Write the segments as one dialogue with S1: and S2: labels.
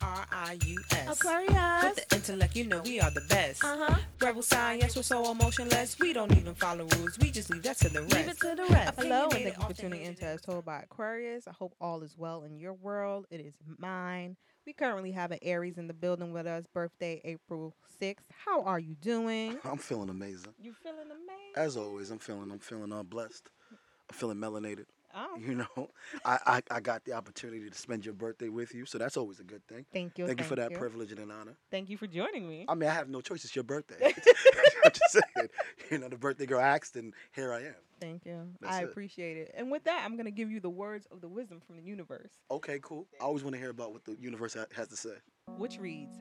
S1: A-Q-U-A-R-I-U-S. With
S2: Aquarius.
S1: the intellect, you know we are the best.
S3: Uh.
S2: Uh-huh.
S1: Rebel sign, yes, we're so emotionless. We don't even follow rules. We just leave that to the rest.
S2: Leave it to the rest.
S3: Hello and
S1: Opinionated,
S3: thank you for
S1: often
S3: tuning in
S1: aged
S3: to As Told by Aquarius. I hope all is well in your world. It is mine. We currently have an Aries in the building with us. Birthday April 6th. How are you doing?
S4: I'm feeling amazing.
S3: You feeling amazing?
S4: As always, I'm feeling I'm feeling uh, blessed. I'm feeling melanated.
S3: Oh,
S4: You know, I, I I got the opportunity to spend your birthday with you, so that's always a good thing.
S3: thank you.
S4: Thank, you for that privilege and an honor.
S3: Thank you for joining me.
S4: I mean, I have no choice. It's your birthday. I'm just saying. You know, the birthday girl asked, and here I am.
S3: Thank you.
S4: That's
S3: I
S4: it.
S3: appreciate it. And with that, I'm going to give you the words of the wisdom from the universe.
S4: Okay, cool. I always want to hear about what the universe ha- has to say.
S3: which reads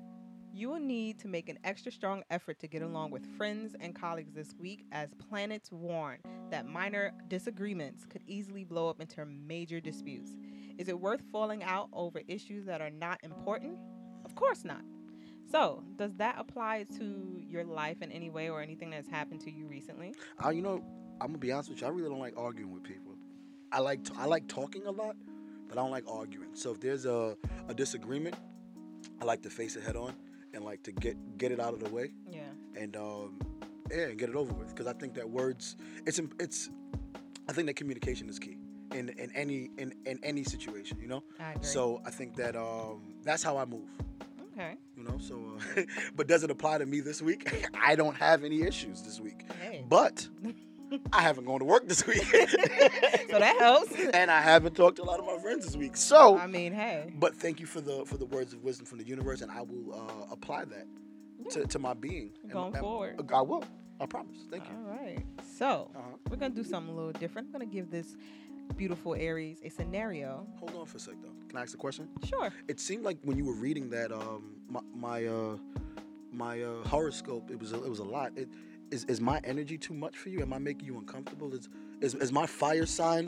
S3: You will need to make an extra strong effort to get along with friends and colleagues this week as planets warn that minor disagreements could easily blow up into major disputes. Is it worth falling out over issues that are not important? Of course not. So, does that apply to your life in any way or anything that's happened to you recently?
S4: I, you know, I'm gonna be honest with you. I really don't like arguing with people. I like t- I like talking a lot, but I don't like arguing. So if there's a, a disagreement, I like to face it head on and like to get get it out of the way
S3: Yeah.
S4: and um, yeah, and get it over with. Because I think that words, it's im- it's, I think that communication is key in in any in, in any situation. You know.
S3: I agree.
S4: So I think that um, that's how I move.
S3: okay.
S4: You know. So, uh, but does it apply to me this week? I don't have any issues this week.
S3: Hey.
S4: But I haven't gone to work this week.
S3: so that helps.
S4: and I haven't talked to a lot of my friends this week. So,
S3: I mean, hey.
S4: but thank you for the for the words of wisdom from the universe, and I will uh, apply that to, to my being And-
S3: Going
S4: and,
S3: forward. Uh-huh.
S4: I will. I promise. Thank you.
S3: All right. So,
S4: Uh-huh.
S3: We're gonna do something a little different. I'm gonna give this beautiful Aries a scenario.
S4: Hold on for a sec, though. Can I ask a question?
S3: Sure.
S4: It seemed like when you were reading that um my my uh, my uh, horoscope, it was a, it was a lot. It is is my energy too much for you? Am I making you uncomfortable? Is is, is my fire sign?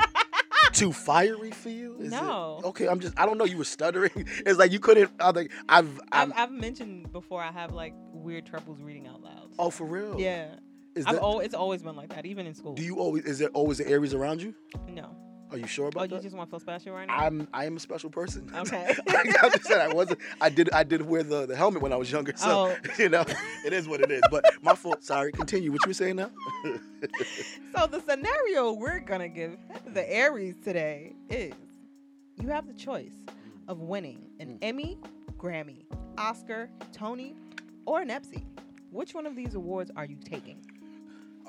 S4: Too fiery for you? Is it-
S3: No.
S4: okay, I'm just. I don't know. You were stuttering. It's like you couldn't. I like. I've.
S3: I've,
S4: I've.
S3: I've mentioned before I have like weird troubles reading out loud.
S4: oh, for real.
S3: Yeah.
S4: Is
S3: I've
S4: that,
S3: al- it's always been like that, even in school.
S4: do you always? Is there always an Aries around you?
S3: no.
S4: Are you
S3: Oh,
S4: sure about
S3: you
S4: that?
S3: just want to feel special right now?
S4: I'm. I am a special person.
S3: Okay.
S4: like I just said, I wasn't. I did. I did wear the, the helmet when I was younger. So you know, it is what it is. But my fault. Sorry. Continue. What you were saying now?
S3: so the scenario we're gonna give the Aries today is you have the choice of winning an
S4: Mm.
S3: Emmy, Grammy, Oscar, Tony, or an Epsy. Which one of these awards are you taking?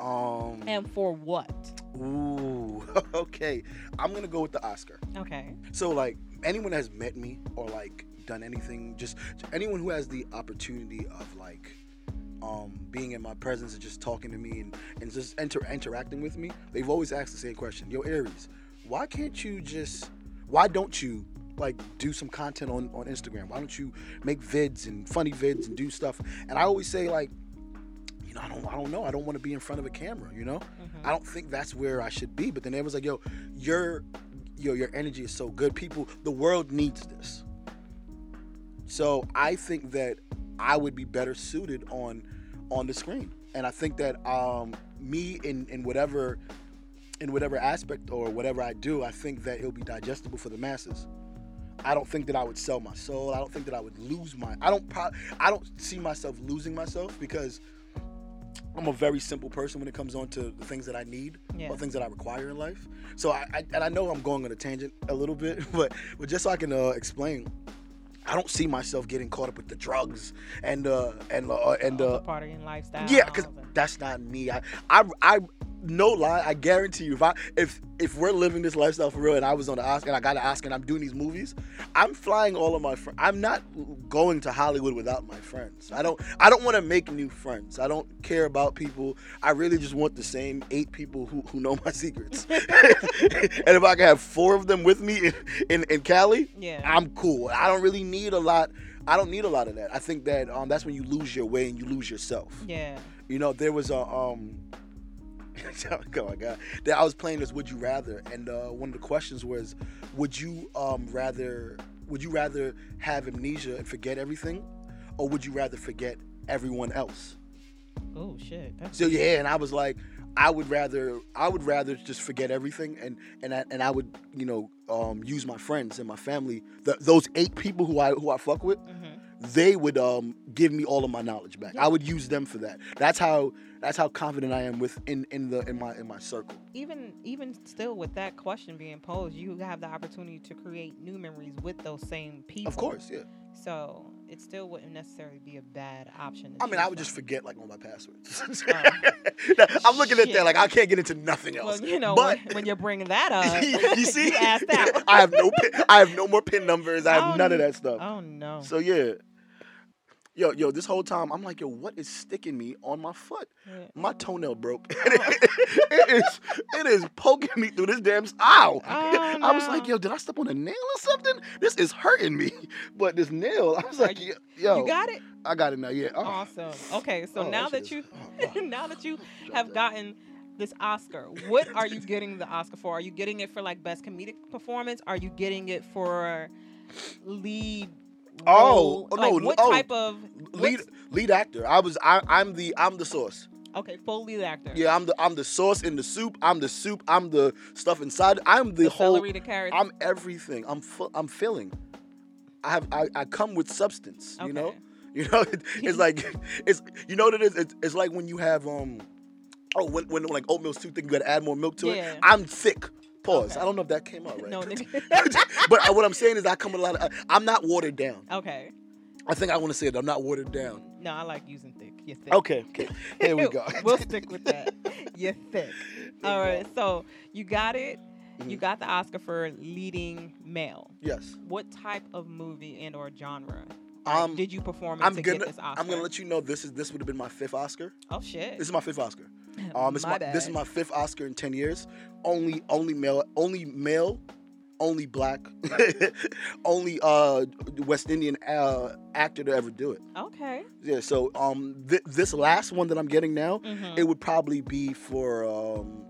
S4: Um.
S3: And for what?
S4: Ooh. Okay. I'm gonna go with the Oscar.
S3: Okay.
S4: So like anyone that has met me or like done anything, just anyone who has the opportunity of like um being in my presence and just talking to me and, and just enter interacting with me, they've always asked the same question. Yo, Aries, why can't you just why don't you like do some content on, on Instagram? Why don't you make vids and funny vids and do stuff? And I always say like you know, I don't, I don't know. I don't want to be in front of a camera. You know,
S3: Mm-hmm.
S4: I don't think that's where I should be. But then everyone's like, yo, your, yo, your energy is so good. People, the world needs this. So I think that I would be better suited on, on the screen. And I think that um, me in in whatever, in whatever aspect or whatever I do, I think that it'll be digestible for the masses. I don't think that I would sell my soul. I don't think that I would lose my. I don't. Pro- I don't see myself losing myself because I'm a very simple person when it comes on to the things that I need
S3: Yeah.
S4: or things that I require in life. So I, I and I know I'm going on a tangent a little bit, but but just so I can uh, explain, I don't see myself getting caught up with the drugs and uh and uh, and
S3: Also
S4: uh,
S3: partying lifestyle.
S4: yeah, because
S3: and-
S4: that's not me. I, I, I, no lie, I guarantee you, if I, if if we're living this lifestyle for real, and I was on the Oscar, and I got an Oscar, and I'm doing these movies, I'm flying all of my friends. I'm not going to Hollywood without my friends. I don't, I don't want to make new friends. I don't care about people. I really just want the same eight people who, who know my secrets. and if I can have four of them with me in in, in Cali,
S3: yeah.
S4: I'm cool. I don't really need a lot. I don't need a lot of that. I think that um, that's when you lose your way and you lose yourself.
S3: Yeah.
S4: You know, there was a um. oh my god! That I was playing this Would You Rather, and uh, one of the questions was, Would you um rather Would you rather have amnesia and forget everything, or would you rather forget everyone else?
S3: Oh shit. That's
S4: So yeah, and I was like, I would rather I would rather just forget everything and and I, and I would you know um, use my friends and my family th- those eight people who I who I fuck with they would um, give me all of my knowledge back I would use them for that that's how that's how confident I am with in, in the in my in my circle
S3: even even still with that question being posed, you have the opportunity to create new memories with those same people.
S4: of course yeah
S3: So it still wouldn't necessarily be a bad option. to
S4: I mean I
S3: choose
S4: would just
S3: from.
S4: forget like all my passwords
S3: Oh.
S4: I'm looking at
S3: Shit.
S4: that like I can't get into nothing else
S3: Well, you know,
S4: but
S3: when, when you bring that up,
S4: you see
S3: you asked out.
S4: I have no pin, I have no more pin numbers I have
S3: Oh,
S4: none of that stuff
S3: Oh no!
S4: So yeah. Yo, yo, this whole time I'm like, yo, what is sticking me on my foot?
S3: Yeah.
S4: My toenail broke. it is it is poking me through this damn s- ow.
S3: Oh,
S4: I was
S3: no.
S4: like, yo, did I step on a nail or something? This is hurting me. But this nail, I was
S3: Are
S4: like,
S3: you-
S4: yo,
S3: you got it.
S4: I got it now. Yeah. Oh,
S3: Awesome. Okay, so
S4: oh,
S3: now
S4: shit
S3: that
S4: is-
S3: you
S4: oh, wow.
S3: now that you
S4: Drop
S3: have
S4: that.
S3: gotten this Oscar, what are you getting the Oscar for? Are you getting it for like best comedic performance? Are you getting it for lead?
S4: Oh,
S3: role?
S4: oh,
S3: Like,
S4: no,
S3: what
S4: oh,
S3: type of
S4: lead
S3: what's-
S4: lead actor. I was I I'm the I'm the sauce.
S3: Okay, full lead actor.
S4: Yeah, I'm the I'm the sauce in the soup. I'm the soup. I'm the stuff inside. I'm the,
S3: the
S4: whole
S3: celery, the carrots.
S4: I'm everything. I'm fu- I'm filling. I have I, I come with substance. You know.
S3: Okay.
S4: You know. It, it's like it's you know what it is. It's, it's like when you have um oh when, when like oatmeal's too thick, you gotta add more milk to
S3: Yeah.
S4: it. I'm thick. Pause.
S3: Okay.
S4: I don't know if that came out right.
S3: No, nigga.
S4: but I- what I'm saying is I come with a lot of. uh, I'm not watered down.
S3: okay.
S4: I think I want to say it. I'm not watered down.
S3: No, I like using thick. You're thick.
S4: Okay. Okay. Here we go.
S3: we'll stick with that. You're thick.
S4: we
S3: All
S4: go.
S3: right. So you got it. You
S4: Mhm.
S3: got the Oscar for leading male.
S4: yes.
S3: What type of movie and or genre like,
S4: Um.
S3: did you perform in
S4: I'm
S3: to
S4: gonna
S3: get this Oscar?
S4: I'm gonna let you know this is this would have been my fifth Oscar.
S3: Oh shit.
S4: This is my fifth Oscar. Um, it's my, this is
S3: bad.
S4: my fifth Oscar in ten years. Only, only male, only male, only black, only uh, West Indian uh, actor to ever do it.
S3: Okay.
S4: Yeah. So um, th- this last one that I'm getting now,
S3: Mhm.
S4: it would probably be for um,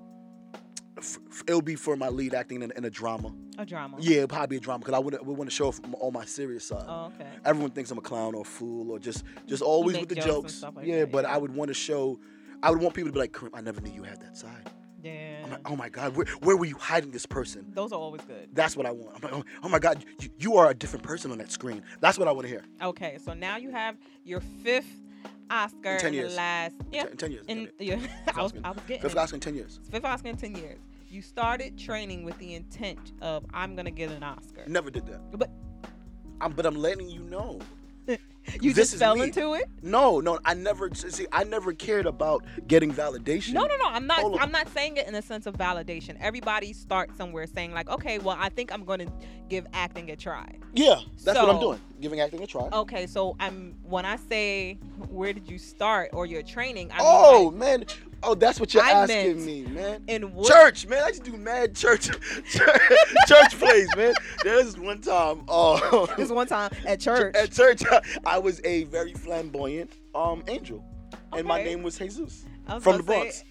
S4: f- f- it'll be for my lead acting in, in a drama.
S3: A drama.
S4: Yeah, it'll probably be a drama because I would want to show off m- all my serious side.
S3: Oh, okay.
S4: Everyone thinks I'm a clown or a fool or just just always
S3: make
S4: with the
S3: jokes and
S4: jokes.
S3: stuff like
S4: yeah,
S3: that,
S4: but
S3: yeah.
S4: I would want to show. I would want people to be like, "Kareem, I never knew you had that side.
S3: Yeah.
S4: I'm like, oh my God, where, where were you hiding this person?
S3: Those are always good.
S4: That's what I want. I'm like, oh, oh my God, you, you are a different person on that screen. That's what I want to hear.
S3: Okay. So now you have your fifth Oscar
S4: 10
S3: in
S4: years.
S3: the last. Yeah.
S4: Ten- In 10 years.
S3: In
S4: In,
S3: yeah. I was
S4: Oscar.
S3: I was getting.
S4: Fifth
S3: it.
S4: Oscar in 10 years.
S3: Fifth Oscar in 10 years. You started training with the intent of I'm gonna get an Oscar.
S4: Never did that.
S3: But
S4: I'm, but I'm letting you know.
S3: you
S4: This
S3: just
S4: is
S3: fell
S4: me.
S3: into it.
S4: No, no, I never, see, I never cared about getting validation.
S3: No, no, no. I'm not.
S4: Hold on.
S3: I'm not saying it in a sense of validation. Everybody starts somewhere, saying like, okay, well, I think I'm gonna give acting a try.
S4: Yeah, that's what I'm
S3: So- Oh,
S4: doing. Giving acting a try.
S3: Okay, so I'm when I say where did you start or your training, I mean,
S4: oh,
S3: like,
S4: man. Oh, that's what you're
S3: I
S4: asking
S3: meant-
S4: me, man.
S3: in what
S4: Church, man. I just do mad church, church, church plays, man. There's one time, oh,
S3: this one time at church.
S4: At church, I was a very flamboyant um angel, and my
S3: Okay.
S4: name was Jesus
S3: I was
S4: from the
S3: gonna
S4: Bronx.
S3: say-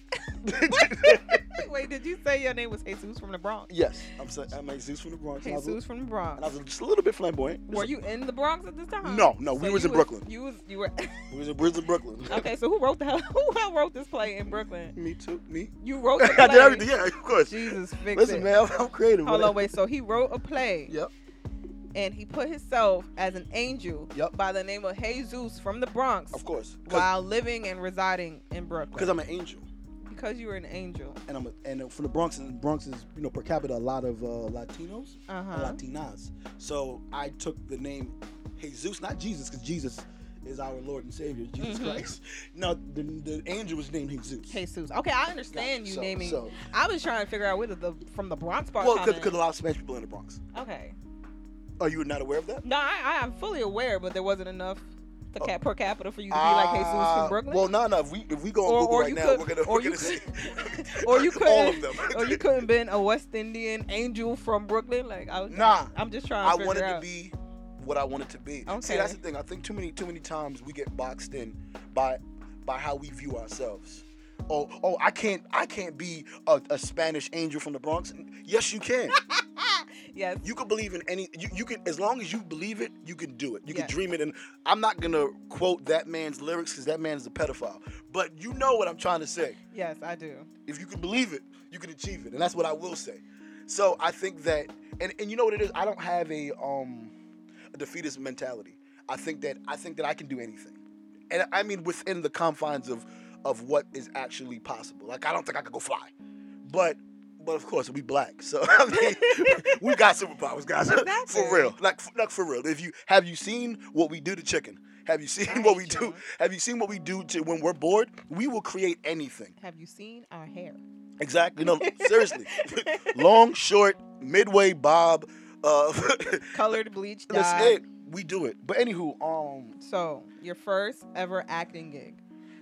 S3: Wait, did you say your name was Jesus from the Bronx?
S4: yes, I'm, so, I'm a Jesus from the Bronx. and I was-
S3: Jesus from the
S4: and I
S3: Bronx.
S4: was just a little bit flamboyant.
S3: Were you in the Bronx at this time?
S4: No, no, we
S3: So
S4: was
S3: you
S4: in Brooklyn.
S3: You was you Oh. were
S4: We was in, we was in Brooklyn.
S3: okay. So who wrote the who hell wrote this play in Brooklyn?
S4: me too. Me.
S3: You wrote the play.
S4: I did everything. Yeah, of course.
S3: Jesus, fix
S4: Listen,
S3: it.
S4: man, I'm, I'm creative.
S3: Hold
S4: man.
S3: on, wait. So he wrote a play.
S4: Yep.
S3: And he put himself as an angel
S4: Yep.
S3: by the name of Jesus from the Bronx
S4: Of course.
S3: while living and residing in
S4: Because
S3: Brooklyn.
S4: I'm an angel,
S3: because you were an angel.
S4: and I'm a, and from the Bronx, and Bronx is you know per capita a lot of uh, Latinos.
S3: Uh
S4: and
S3: huh.
S4: Latinas. So I took the name Jesus, not Jesus, because Jesus is our Lord and Savior, Jesus
S3: Mhm.
S4: Christ. No, the, the angel was named Jesus.
S3: Jesus. Okay, I understand you
S4: So-
S3: naming.
S4: So,
S3: I was trying to figure out whether the from the Bronx part.
S4: well,
S3: coming.
S4: because a lot of Spanish people in the Bronx.
S3: okay.
S4: Are you not aware of that?
S3: No, I, I am fully aware, but there wasn't enough to
S4: Oh.
S3: cap, per capita for you to be like Jesus
S4: Ah,
S3: from Brooklyn.
S4: Well, no, no. If we if we go on
S3: Or-
S4: Google
S3: or
S4: right
S3: you
S4: now,
S3: could-
S4: we're gonna
S3: or
S4: we're
S3: you
S4: gonna see
S3: or you could
S4: all of them.
S3: or you couldn't been a West Indian angel from Brooklyn. Like I was.
S4: Nah.
S3: I'm just trying. To
S4: I
S3: figure
S4: wanted
S3: out.
S4: to be what I wanted to be. See,
S3: Okay.
S4: that's the thing. I think too many too many times we get boxed in by by how we view ourselves. Oh, oh, I can't I can't be a, a Spanish angel from the Bronx. Yes, you can.
S3: Yes.
S4: You could believe in any. You, you could, as long as you believe it, you could do it. You could
S3: Yes.
S4: dream it. And I'm not gonna quote that man's lyrics because that man's a pedophile. But you know what I'm trying to say.
S3: Yes, I do.
S4: If you can believe it, you can achieve it, and that's what I will say. So I think that, and, and you know what it is. I don't have a um a defeatist mentality. I think that I think that I can do anything, and I mean within the confines of of what is actually possible. Like I don't think I could go fly, but but of course we black, so I mean, we got superpowers, guys.
S3: Exactly.
S4: For real, like like for real. If you have you seen what we do to chicken? Have you seen what we do?
S3: Chicken.
S4: Have you seen what we do to when we're bored? We will create anything.
S3: Have you seen our hair?
S4: Exactly. No, seriously. Long, short, midway, bob. Uh,
S3: Colored, bleached,
S4: that's
S3: dyed.
S4: it. We do it. But anywho, um,
S3: So your first ever acting gig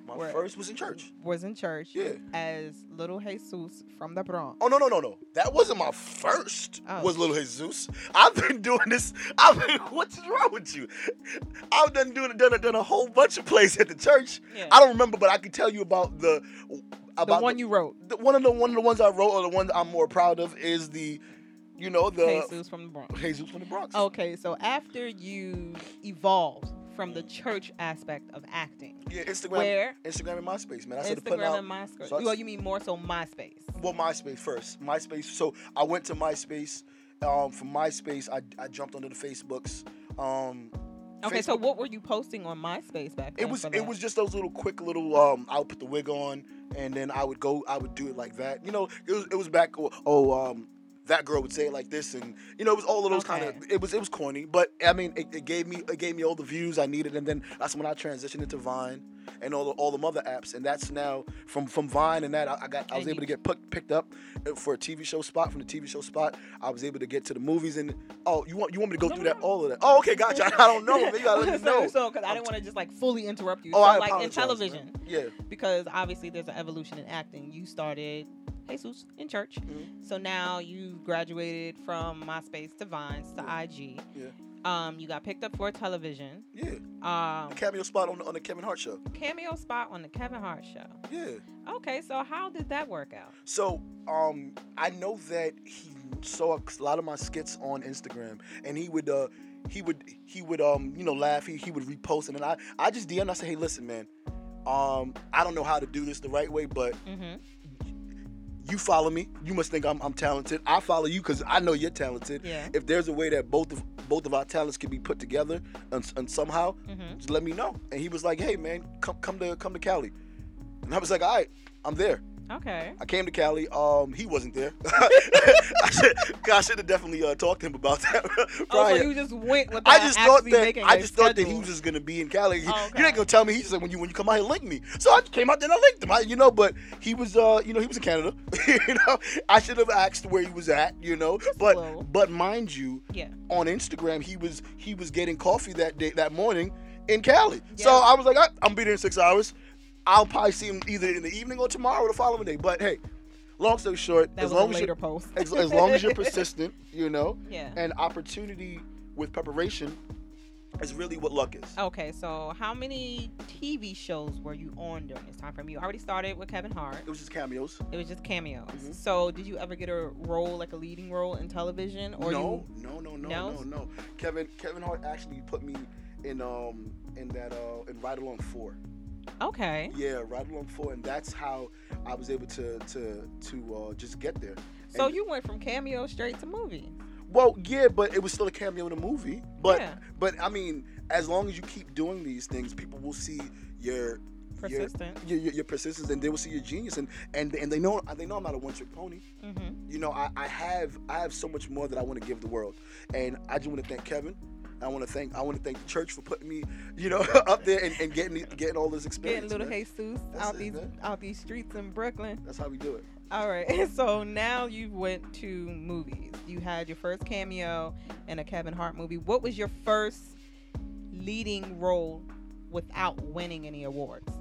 S4: my
S3: Where-
S4: first was in church.
S3: was in church
S4: Yeah.
S3: as Little Jesus from the Bronx.
S4: Oh no no no no! That wasn't my first.
S3: Oh.
S4: Was Little Jesus? I've been doing this. I've been. What's wrong with you? I've done doing done done a whole bunch of plays at the church.
S3: Yeah.
S4: Oh, I don't remember, but I can tell you about the
S3: the
S4: about
S3: one you wrote,
S4: the- one of the one of the ones I wrote or the ones I'm more proud of is the, you know the
S3: Jesus Oh. from the Bronx.
S4: Jesus from the Bronx.
S3: Okay, so after you evolved from the church aspect of acting,
S4: Yeah, Instagram.
S3: where
S4: Instagram and MySpace, man. I started putting
S3: Instagram
S4: out
S3: and MySpace.
S4: so I-
S3: well, you mean more so MySpace.
S4: well MySpace first. MySpace. So I went to MySpace. Um, from MySpace, I, I jumped onto the Facebooks. Um,
S3: Okay, so
S4: Facebook-
S3: what were you posting on MySpace back then?
S4: it was
S3: for
S4: it
S3: that?
S4: was just those little quick little. Um, I would put the wig on, and then I would go. I would do it like that. You know, it was it was back. Oh, um, that girl would say it like this, and you know, it was all of those kind of.
S3: Okay.
S4: It was it was corny, but I mean, it, it gave me it gave me all the views I needed, and then that's when I transitioned into Vine and all the, all the other apps, and that's now from from Vine and that I, I got I was
S3: And
S4: able to get pick, picked up uh, for a TV show spot from the TV show spot. I was able to get to the movies, and oh, you want you want me to go
S3: No,
S4: through
S3: no,
S4: that
S3: no.
S4: all of that? Oh, okay, gotcha. I don't know. Maybe I let me know.
S3: so, because I
S4: I'm
S3: didn't want to just like fully interrupt you.
S4: Oh,
S3: so,
S4: I
S3: like in
S4: apologize, man.
S3: television,
S4: Yeah.
S3: because obviously there's an evolution in acting. You started Jesus in church,
S4: Mhm.
S3: so now you've graduated from MySpace to Vines to IG.
S4: Yeah.
S3: Um, you got picked up for television.
S4: Yeah,
S3: Um,
S4: a cameo spot on the, on the Kevin Hart show.
S3: cameo spot on the Kevin Hart show.
S4: Yeah.
S3: Okay, so how did that work out?
S4: So, um, I know that he saw a lot of my skits on Instagram, and he would, uh, he would, he would, um, you know, laugh. He, he would repost, and then I, I just DM. 'd, I said, hey, listen, man, um, I don't know how to do this the right way, but
S3: Mm-hmm.
S4: you follow me. You must think I'm, I'm talented. I follow you because I know you're talented.
S3: Yeah.
S4: If there's a way that both of both of our talents can be put together and, and somehow,
S3: Mm-hmm.
S4: just let me know. And he was like, hey, man, come come to come to Cali, and I was like, all right, I'm there.
S3: Okay.
S4: I came to Cali. Um, he wasn't there. I should, I should have definitely uh, talked to him about that.
S3: Oh,
S4: prior.
S3: so you just went without
S4: I just thought
S3: actually
S4: that
S3: making
S4: I
S3: a
S4: just thought that he
S3: schedule.
S4: was just gonna be in Cali. He-
S3: Oh, okay.
S4: You ain't gonna tell me. He said when you when you come out here, link me. So I came out there and I linked him. I, you know, but he was uh you know he was in Canada. you know, I should have asked where he was at. You know, but
S3: little.
S4: but mind you,
S3: Yeah.
S4: on Instagram he was he was getting coffee that day that morning in Cali. So
S3: Yeah.
S4: I was like, I, I'm be there in six hours. I'll probably see him either in the evening or tomorrow or the following day. But hey, long story short,
S3: That
S4: as
S3: was
S4: long
S3: a
S4: as
S3: later
S4: you're,
S3: post.
S4: as, as long as you're persistent, you know,
S3: Yeah.
S4: and opportunity with preparation is really what luck is.
S3: Okay, so how many TV shows were you on during this time frame? You already started with Kevin Hart.
S4: It was just cameos.
S3: It was just cameos.
S4: Mhm.
S3: So did you ever get a role, like a leading role in television? Or
S4: no, no, no, no,
S3: No?
S4: no, no, Kevin Kevin Hart actually put me in um in that uh in Ride Along Four.
S3: You, okay.
S4: Yeah, Ride Along Four, and that's how I was able to to to uh, just get there.
S3: So
S4: And-
S3: you went from cameo straight to movie.
S4: Well, yeah, but it was still a cameo in a movie. But
S3: Yeah.
S4: but I mean, as long as you keep doing these things, people will see your your,
S3: Persistent.
S4: your, your, your persistence, and they will see your genius, and and and they know they know I'm not a one trick pony.
S3: Mm-hmm.
S4: You know, I, I have I have so much more that I want to give the world, and I just want to thank Kevin. I want to thank I want to thank the church for putting me, you know, up there and, and getting getting all this experience.
S3: Getting little
S4: man.
S3: Jesus
S4: That's
S3: out
S4: it,
S3: these
S4: man.
S3: out these streets in Brooklyn.
S4: That's how we do it.
S3: All right. So now you went to movies. You had your first cameo in a Kevin Hart movie. What was your first leading role without winning any awards?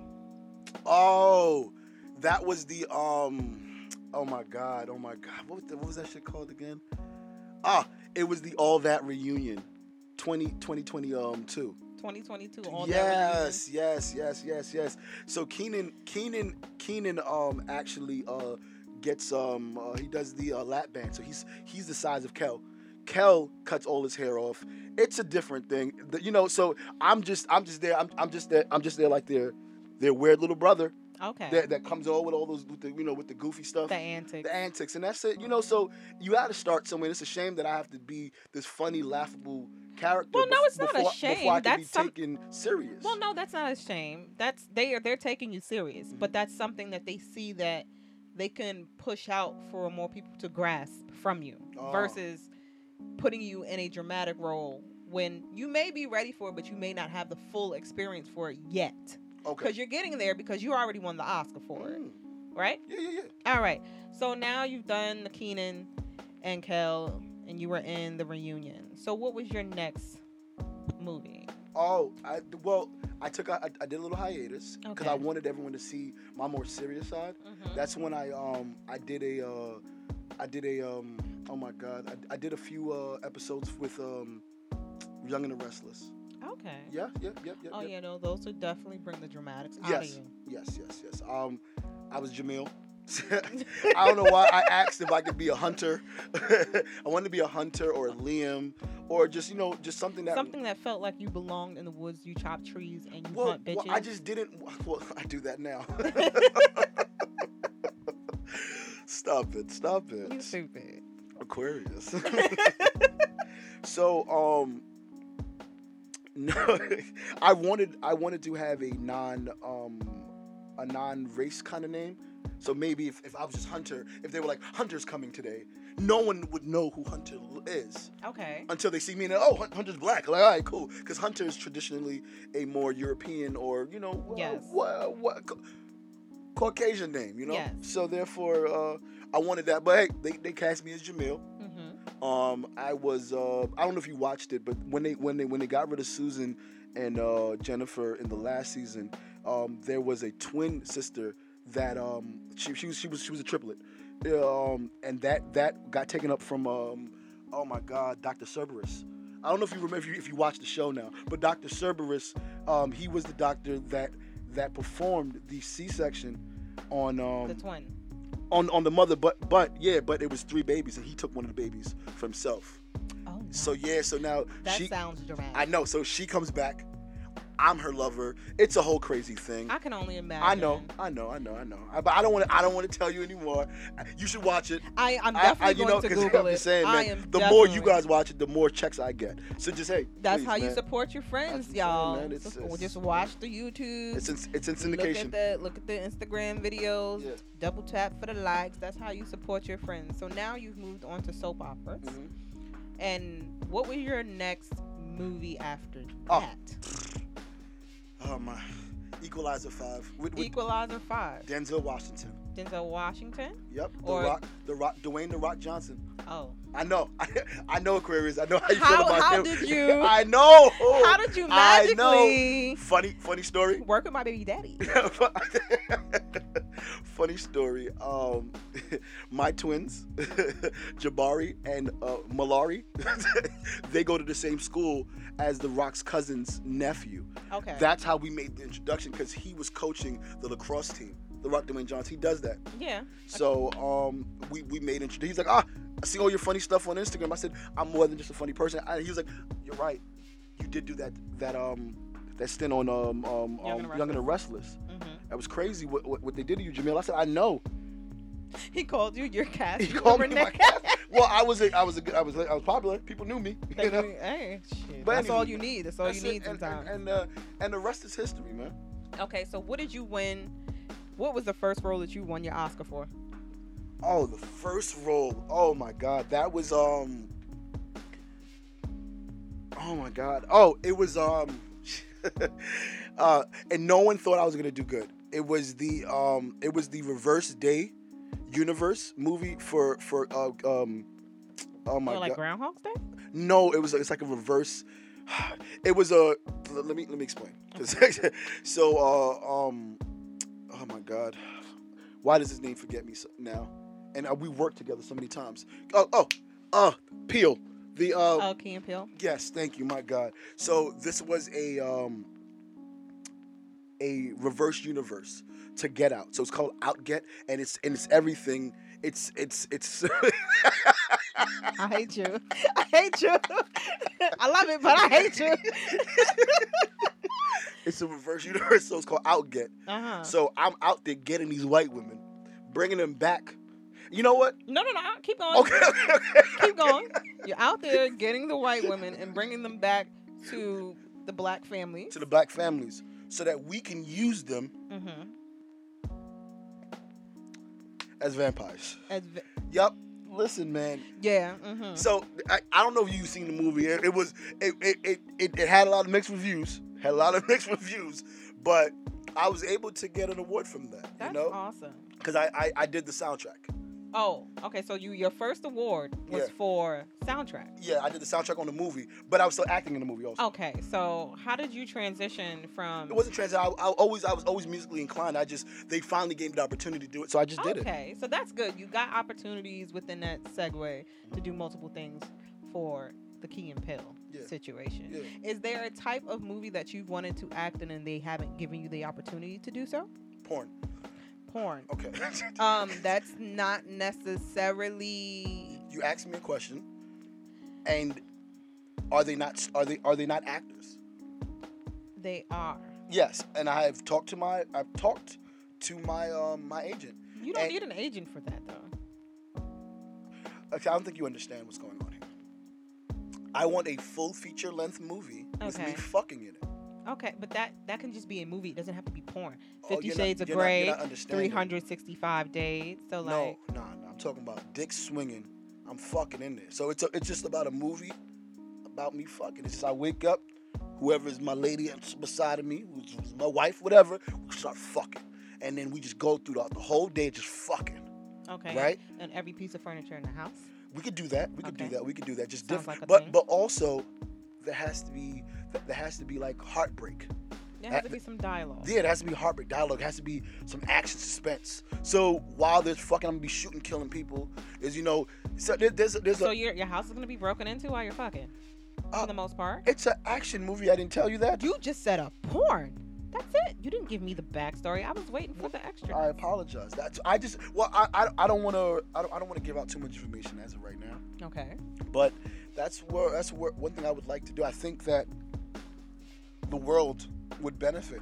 S4: Oh, that was the um. Oh my god. Oh my god. What was, the, what was that shit called again? Ah, it was the All That reunion, 20 2020 um two.
S3: 2022 all
S4: yes, yes, yes, yes, yes. So Keenan, Keenan, Keenan, um, actually, uh, gets um, uh, he does the uh, lap band. So he's he's the size of Kel. Kel cuts all his hair off. It's a different thing, The- you know. So I'm just, I'm just there. I'm, I'm just there. I'm just there like their, their weird little brother
S3: Okay.
S4: that, that comes on with all those, with the, you know, with the goofy stuff
S3: the antics.
S4: the antics, and that's it. You know, so
S3: Mm-hmm.
S4: you got to start somewhere. It's a shame that I have to be this funny, laughable character.
S3: Well, no,
S4: bef-
S3: it's not a
S4: before,
S3: shame.
S4: Before I can be
S3: That's some-
S4: taken serious.
S3: Well, no, that's not a shame. That's they are they're taking you serious, but that's something that they see that they can push out for more people to grasp from you
S4: Oh.
S3: versus putting you in a dramatic role when you may be ready for it, but you may not have the full experience for it yet. Because
S4: okay.
S3: you're getting there because you already won the Oscar for it,
S4: Mm.
S3: right?
S4: Yeah, yeah, yeah.
S3: All right. So now you've done the Keenan and Kel, and you were in the reunion. So what was your next movie?
S4: Oh, I, well, I took, a, I, I did a little hiatus because I
S3: Okay. Mm-hmm.
S4: wanted everyone to see my more serious side. That's when I, um, I did a, uh, I did a, um, oh my God, I, I did a few uh, episodes with um, Young and the Restless.
S3: Okay.
S4: Yeah, yeah, yeah, yeah.
S3: Oh
S4: yeah.
S3: yeah, no, those would definitely bring the dramatics out of
S4: Yes.
S3: you.
S4: Yes, yes, yes. Um, I was Jamil. I don't know why I asked if I could be a hunter. I wanted to be a hunter or a Liam or just you know just something that
S3: Something that felt like you belonged in the woods, you chop trees and you
S4: well,
S3: hunt bitches.
S4: well, I just didn't. Well, I do that now. stop it! Stop it!
S3: you stupid.
S4: Aquarius. so um no I wanted I wanted to have a non um a non race kind of name. So maybe if, if I was just Hunter, if they were like Hunter's coming today, no one would know who Hunter is
S3: Okay.
S4: until they see me and they're, oh Hun- Hunter's black. Like all right, cool, because Hunter is traditionally a more European or you know wha-
S3: Yes.
S4: wha- wha- Ca- Caucasian name, you know.
S3: Yes.
S4: So therefore, uh, I wanted that, but hey, they, they cast me as Jamil.
S3: Mm-hmm.
S4: Um, I was uh, I don't know if you watched it, but when they when they when they got rid of Susan and uh, Jennifer in the last season, um, there was a twin sister that um, she, she was she was she was a triplet, um, and that that got taken up from um, oh my God, Doctor Cerberus. I don't know if you remember if you, if you watch the show now, but Doctor Cerberus, um, he was the doctor that that performed the C-section on um,
S3: The twin.
S4: on on the mother but but yeah but it was three babies and he took one of the babies for himself
S3: Oh.
S4: so
S3: wow.
S4: yeah so now
S3: that
S4: she
S3: sounds dramatic.
S4: i know so she comes back i'm her lover it's a whole crazy thing
S3: I can only imagine.
S4: I know, I know, I know, I know. I, but I don't want to. I don't want to tell you anymore. You should watch it.
S3: I, I'm
S4: I-
S3: definitely
S4: I, you
S3: going
S4: know,
S3: to
S4: 'cause
S3: Google
S4: I'm
S3: it.
S4: just saying,
S3: I
S4: man.
S3: am
S4: The more you
S3: definitely-
S4: guys watch it, the more checks I get. So just hey,
S3: That's
S4: please,
S3: how you
S4: man.
S3: support your friends,
S4: That's what I'm
S3: y'all.
S4: saying, man. It's-
S3: Just-
S4: it's-
S3: just watch the YouTube.
S4: It's in, it's in
S3: Look at
S4: syndication.
S3: the look at the Instagram videos.
S4: Yeah.
S3: Double tap for the likes. That's how you support your friends. So now you've moved on to soap operas.
S4: Mhm.
S3: And what was your next movie after
S4: Oh,
S3: that?
S4: Oh my, Equalizer Five with, with
S3: Equalizer Five.
S4: Denzel Washington.
S3: Denzel Washington.
S4: Yep, The
S3: Or-
S4: Rock, The Rock, Dwayne The Rock Johnson.
S3: Oh,
S4: I know. I, know Aquarius. I know how you
S3: How-
S4: feel about
S3: how
S4: him.
S3: did you-
S4: I know.
S3: how did you
S4: I know.
S3: magically
S4: Funny, funny story.
S3: work with my baby daddy?
S4: funny story. Um, my twins, Jabari and uh, Malari, they go to the same school as The Rock's cousin's nephew.
S3: Okay.
S4: That's how we made the introduction because he was coaching the lacrosse team. The Rock Dwayne Johnson. He does that.
S3: yeah.
S4: So um, we we made intro. He's like, ah, I see all your funny stuff on Instagram. I said, I'm more than just a funny person. I, he was like, you're right. You did do that that um that stint on um um,
S3: Young and
S4: um
S3: the
S4: Young and the Restless.
S3: Mhm.
S4: That was crazy. What, what what they did to you, Jamil? I said, I know.
S3: He called you your cast.
S4: He
S3: member
S4: called me my
S3: next.
S4: cat. Well, I was a, I was a good, I was I was popular. People knew me. You
S3: Thank
S4: know.
S3: you. Hey, shit.
S4: But
S3: That's all
S4: anyway,
S3: you need. That's all
S4: That's
S3: you
S4: it.
S3: need
S4: and,
S3: sometimes.
S4: and and, uh, and the rest is history, man.
S3: Okay, so what did you win? What was the first role that you won your Oscar for?
S4: Oh, the first role. Oh my god, that was um. Oh my god. Oh, it was um. uh, and no one thought I was gonna do good. It was the um. It was the Reverse Day, Universe movie for for uh, um. Oh my
S3: Oh, like
S4: god.
S3: Groundhog's Day?
S4: No, it was it's like a reverse. It was a. Let let me let me explain. 'Cause- so uh um, oh my god, why does his name forget me so, now? And uh, we worked together so many times. Oh oh, uh Peel the uh
S3: Oh, Key and Peele.
S4: yes thank you my god. So this was a um a reverse universe to Get Out. So it's called Out Get, and it's and it's everything. It's it's it's.
S3: I hate you. I hate you. I love it, but I hate you.
S4: It's a reverse universe, so it's called outget.
S3: Uh-huh.
S4: So I'm out there getting these white women, bringing them back. You know what?
S3: no, no, no. Keep going.
S4: Okay, okay, okay.
S3: Keep going. You're out there getting the white women and bringing them back to the black family.
S4: To the black families, so that we can use them
S3: Mm-hmm.
S4: as vampires. Yup. Listen, man.
S3: yeah. Mm-hmm.
S4: So I, I don't know if you've seen the movie. It, it was it it, it it it had a lot of mixed reviews. Had a lot of mixed reviews, but I was able to get an award from that.
S3: That's
S4: you know,
S3: awesome.
S4: because I, I I did the soundtrack.
S3: Oh, okay. So you your first award was
S4: Yeah.
S3: for soundtrack.
S4: Yeah, I did the soundtrack on the movie, but I was still acting in the movie also.
S3: Okay. So how did you transition from?
S4: It wasn't trans. I, I always I was always musically inclined. I just they finally gave me the opportunity to do it, so I just did it.
S3: okay. So that's good. You got opportunities within that segue to do multiple things for the Key and Pill
S4: Yeah.
S3: situation.
S4: Yeah.
S3: Is there a type of movie that you've wanted to act in and they haven't given you the opportunity to do so?
S4: Porn.
S3: Porn.
S4: Okay.
S3: Um, that's not necessarily.
S4: you asked me a question, and are they not are they are they not actors?
S3: They are.
S4: Yes, and I have talked to my I've talked to my um my agent.
S3: You don't
S4: And-
S3: need an agent for that though.
S4: Okay, I don't think you understand what's going on here. I want a full feature length movie with me
S3: Okay.
S4: fucking in it.
S3: Okay, but that that can just be a movie. It doesn't have to be porn.
S4: Oh,
S3: Fifty
S4: you're not-
S3: Shades of
S4: you're not- you're
S3: Grey,
S4: not understanding.
S3: three hundred sixty-five days. So like,
S4: No, nah, nah. I'm talking about dick swinging. I'm fucking in there. So it's a, it's just about a movie about me fucking. It's just I wake up, whoever's my lady that's beside of me, who's, who's my wife, whatever, we start fucking, and then we just go through the, the whole day just fucking.
S3: okay,
S4: Right?
S3: And every piece of furniture in the house.
S4: We could do that. We could do
S3: Okay.
S4: that. We could do that. Just
S3: Sounds
S4: different.
S3: like a
S4: but
S3: thing.
S4: but also, there has to be there has to be like heartbreak.
S3: There has
S4: That-
S3: to be some dialogue.
S4: Yeah, it has to be heartbreak dialogue. It has to be some action suspense. So while there's fucking, I'm gonna be shooting, killing people. Is you know, so there, there's a- there's a
S3: so your your house is gonna be broken into while you're fucking,
S4: Uh,
S3: for the most part.
S4: It's an action movie. I didn't tell you that.
S3: You just said a porn. That's it. You didn't give me the backstory. I was waiting for the extra.
S4: I apologize. That's I just well I I, I don't want to I don't, I don't want to give out too much information as of right now.
S3: Okay.
S4: But that's where that's where one thing I would like to do. I think that the world would benefit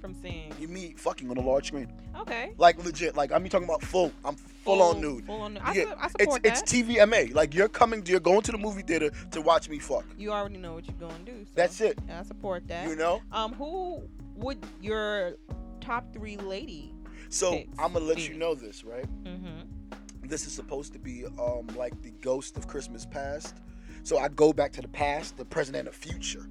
S3: From seeing.
S4: you me fucking on a large screen.
S3: Okay.
S4: Like legit. Like I'm talking about full. I'm full, on nude.
S3: Full on nude. I,
S4: Yeah,
S3: su- I
S4: It's
S3: support
S4: it's
S3: that.
S4: TVMA. Like you're coming. You're going to the movie theater to watch me fuck.
S3: you already know what you're gonna do. So
S4: That's it.
S3: yeah, I support that.
S4: You know.
S3: Um, who would your top three lady?
S4: So
S3: Thanks.
S4: I'm gonna let you
S3: Phoenix.
S4: know this, right?
S3: Mm-hmm.
S4: this is supposed to be um, like the ghost of Christmas past. So I go back to the past, the present, and the future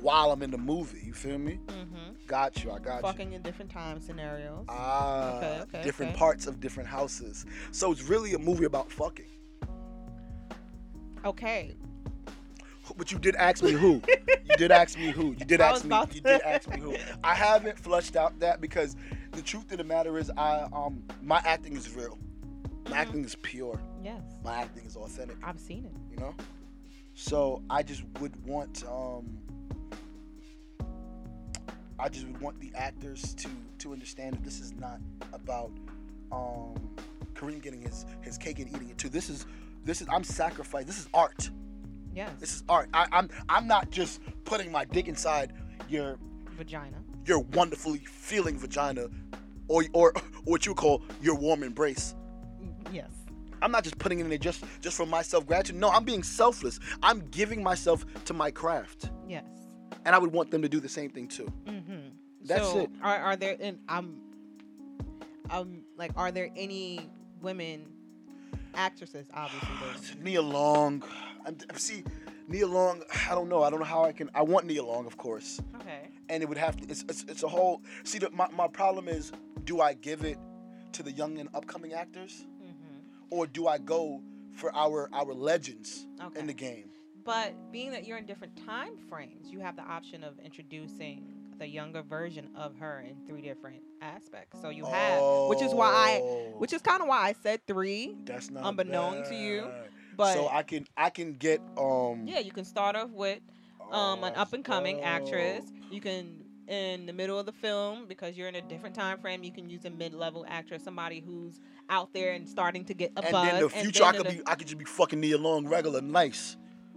S4: while I'm in the movie. You feel me?
S3: Mm-hmm.
S4: Got you. I got you.
S3: Fucking in different time scenarios.
S4: Ah,
S3: Okay, okay,
S4: different
S3: okay.
S4: parts of different houses. So it's really a movie about fucking.
S3: okay.
S4: But you did ask me who. you did ask me who. You did
S3: I
S4: ask
S3: was
S4: me.
S3: about
S4: You
S3: to-
S4: did ask me who. I haven't flushed out that because the truth of the matter is, I um my acting is real. My
S3: Mhm.
S4: acting is pure.
S3: Yes,
S4: My acting is authentic.
S3: I've seen it.
S4: you know so i just would want um i just would want the actors to to understand that this is not about um kareem getting his his cake and eating it too this is this is i'm sacrificed this is art
S3: Yes,
S4: this is art I, i'm i'm not just putting my dick inside your
S3: vagina.
S4: your wonderfully feeling vagina or or, or what you call your warm embrace
S3: Mm, Yes.
S4: I'm not just putting it in there just just for my self gratitude. No, I'm being selfless. I'm giving myself to my craft,
S3: Yes.
S4: and I would want them to do the same thing too.
S3: Mm-hmm.
S4: That's
S3: so
S4: it.
S3: Are are there and I'm um like are there any women actresses? Obviously, there's
S4: Nia Long, I'm, see, Nia Long. I don't know. I don't know how I can. I want Nia Long, of course,
S3: okay.
S4: and it would have to. It's it's, it's a whole. See, the, my my problem is, do I give it to the young and upcoming actors,
S3: Mm-hmm.
S4: or do I go for our our legends
S3: Okay.
S4: in the game?
S3: But being that you're in different time frames, you have the option of introducing the younger version of her in three different aspects. So you have, which is why I,
S4: Oh,
S3: which is kind of why I said three.
S4: that's not
S3: unbeknown to you,
S4: bad.
S3: But
S4: so I can I can get um
S3: yeah, you can start off with um, an
S4: Oh,
S3: up and coming
S4: that's
S3: actress.
S4: dope.
S3: You can in the middle of the film because you're in a different time frame. You can use a mid-level actress, somebody who's out there and starting to get a
S4: and
S3: buzz.
S4: then the
S3: and
S4: future, I
S3: then
S4: could
S3: in
S4: be, I could just be fucking Nia Long regular, nice.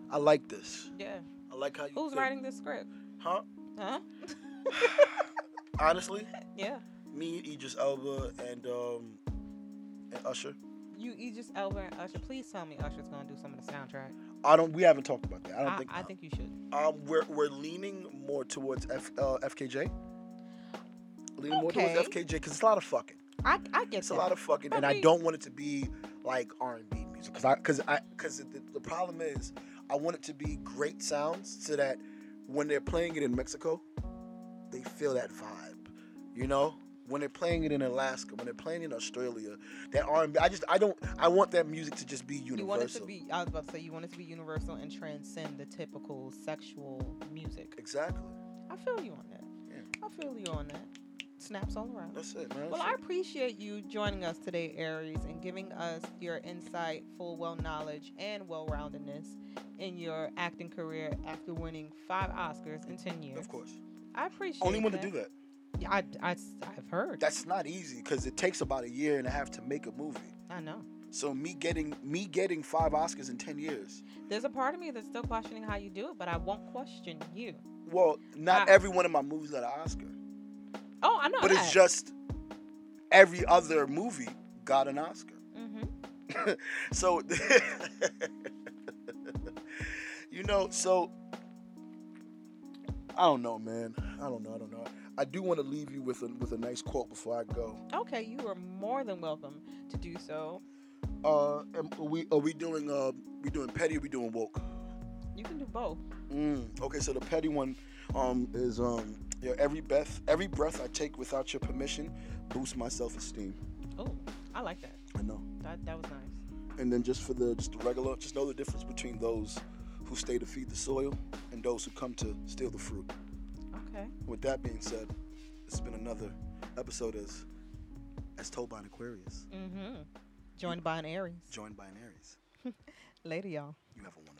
S4: I like this.
S3: the- yeah.
S4: I like how you.
S3: Who's
S4: think.
S3: writing this script?
S4: Huh?
S3: Huh?
S4: Honestly,
S3: Yeah.
S4: me, Idris Elba, and um, and Usher.
S3: You Aegis Elba and Usher. Please tell me Usher's gonna do some of the soundtrack.
S4: I don't. We haven't talked about that. I
S3: I,
S4: don't
S3: I,
S4: think.
S3: think, you should.
S4: um, we're we're leaning more towards F, uh, FKJ. Leaning more towards
S3: Okay.
S4: FKJ because it's a lot of fucking.
S3: I, I get
S4: It's
S3: that.
S4: a lot of fucking, and
S3: But
S4: I
S3: we-
S4: don't want it to be like R and B music because I because I because the, the problem is I want it to be great sounds so that when they're playing it in Mexico, they feel that vibe, you know. When they're playing it in Alaska, when they're playing in Australia, that R and B, I just I don't I want that music to just be universal.
S3: you want it to be. I was about to say you want it to be universal and transcend the typical sexual music.
S4: exactly.
S3: I feel you on that.
S4: Yeah.
S3: I feel you on that. Snaps all around.
S4: That's it, man.
S3: Well, I
S4: That's
S3: appreciate you joining us today, Aries, and giving us your insightful, well knowledge, and well roundedness in your acting career after winning five Oscars in 10
S4: it.
S3: years.
S4: of course.
S3: I appreciate
S4: Only one to do that.
S3: Yeah, I, I, have heard.
S4: That's not easy because it takes about a year and a half to make a movie.
S3: I know.
S4: So me getting me getting five Oscars in ten years.
S3: There's a part of me that's still questioning how you do it, but I won't question you.
S4: Well, not
S3: I-
S4: every one of my movies got an Oscar,
S3: Oh, I know.
S4: but it's just every other movie got an Oscar.
S3: Mm-hmm.
S4: So, you know, so I don't know, man. I don't know. I don't know. I do want to leave you with a with a nice quote before I go.
S3: Okay, you are more than welcome to do so.
S4: Uh, am- are we are we doing uh we doing petty? Or we doing woke?
S3: You can do both.
S4: Mm, okay, so the petty one um, is um, yeah, every breath, every breath I take without your permission boosts my self-esteem.
S3: Oh, I like that.
S4: I know.
S3: That that was nice.
S4: And then just for the just the regular, just know the difference between those who stay to feed the soil and those who come to steal the fruit.
S3: Okay.
S4: With that being said, it's been another episode as as told by an Aquarius,
S3: Mm-hmm. Joined by an Aries.
S4: joined by an Aries.
S3: Later, y'all.
S4: You have a wonderful.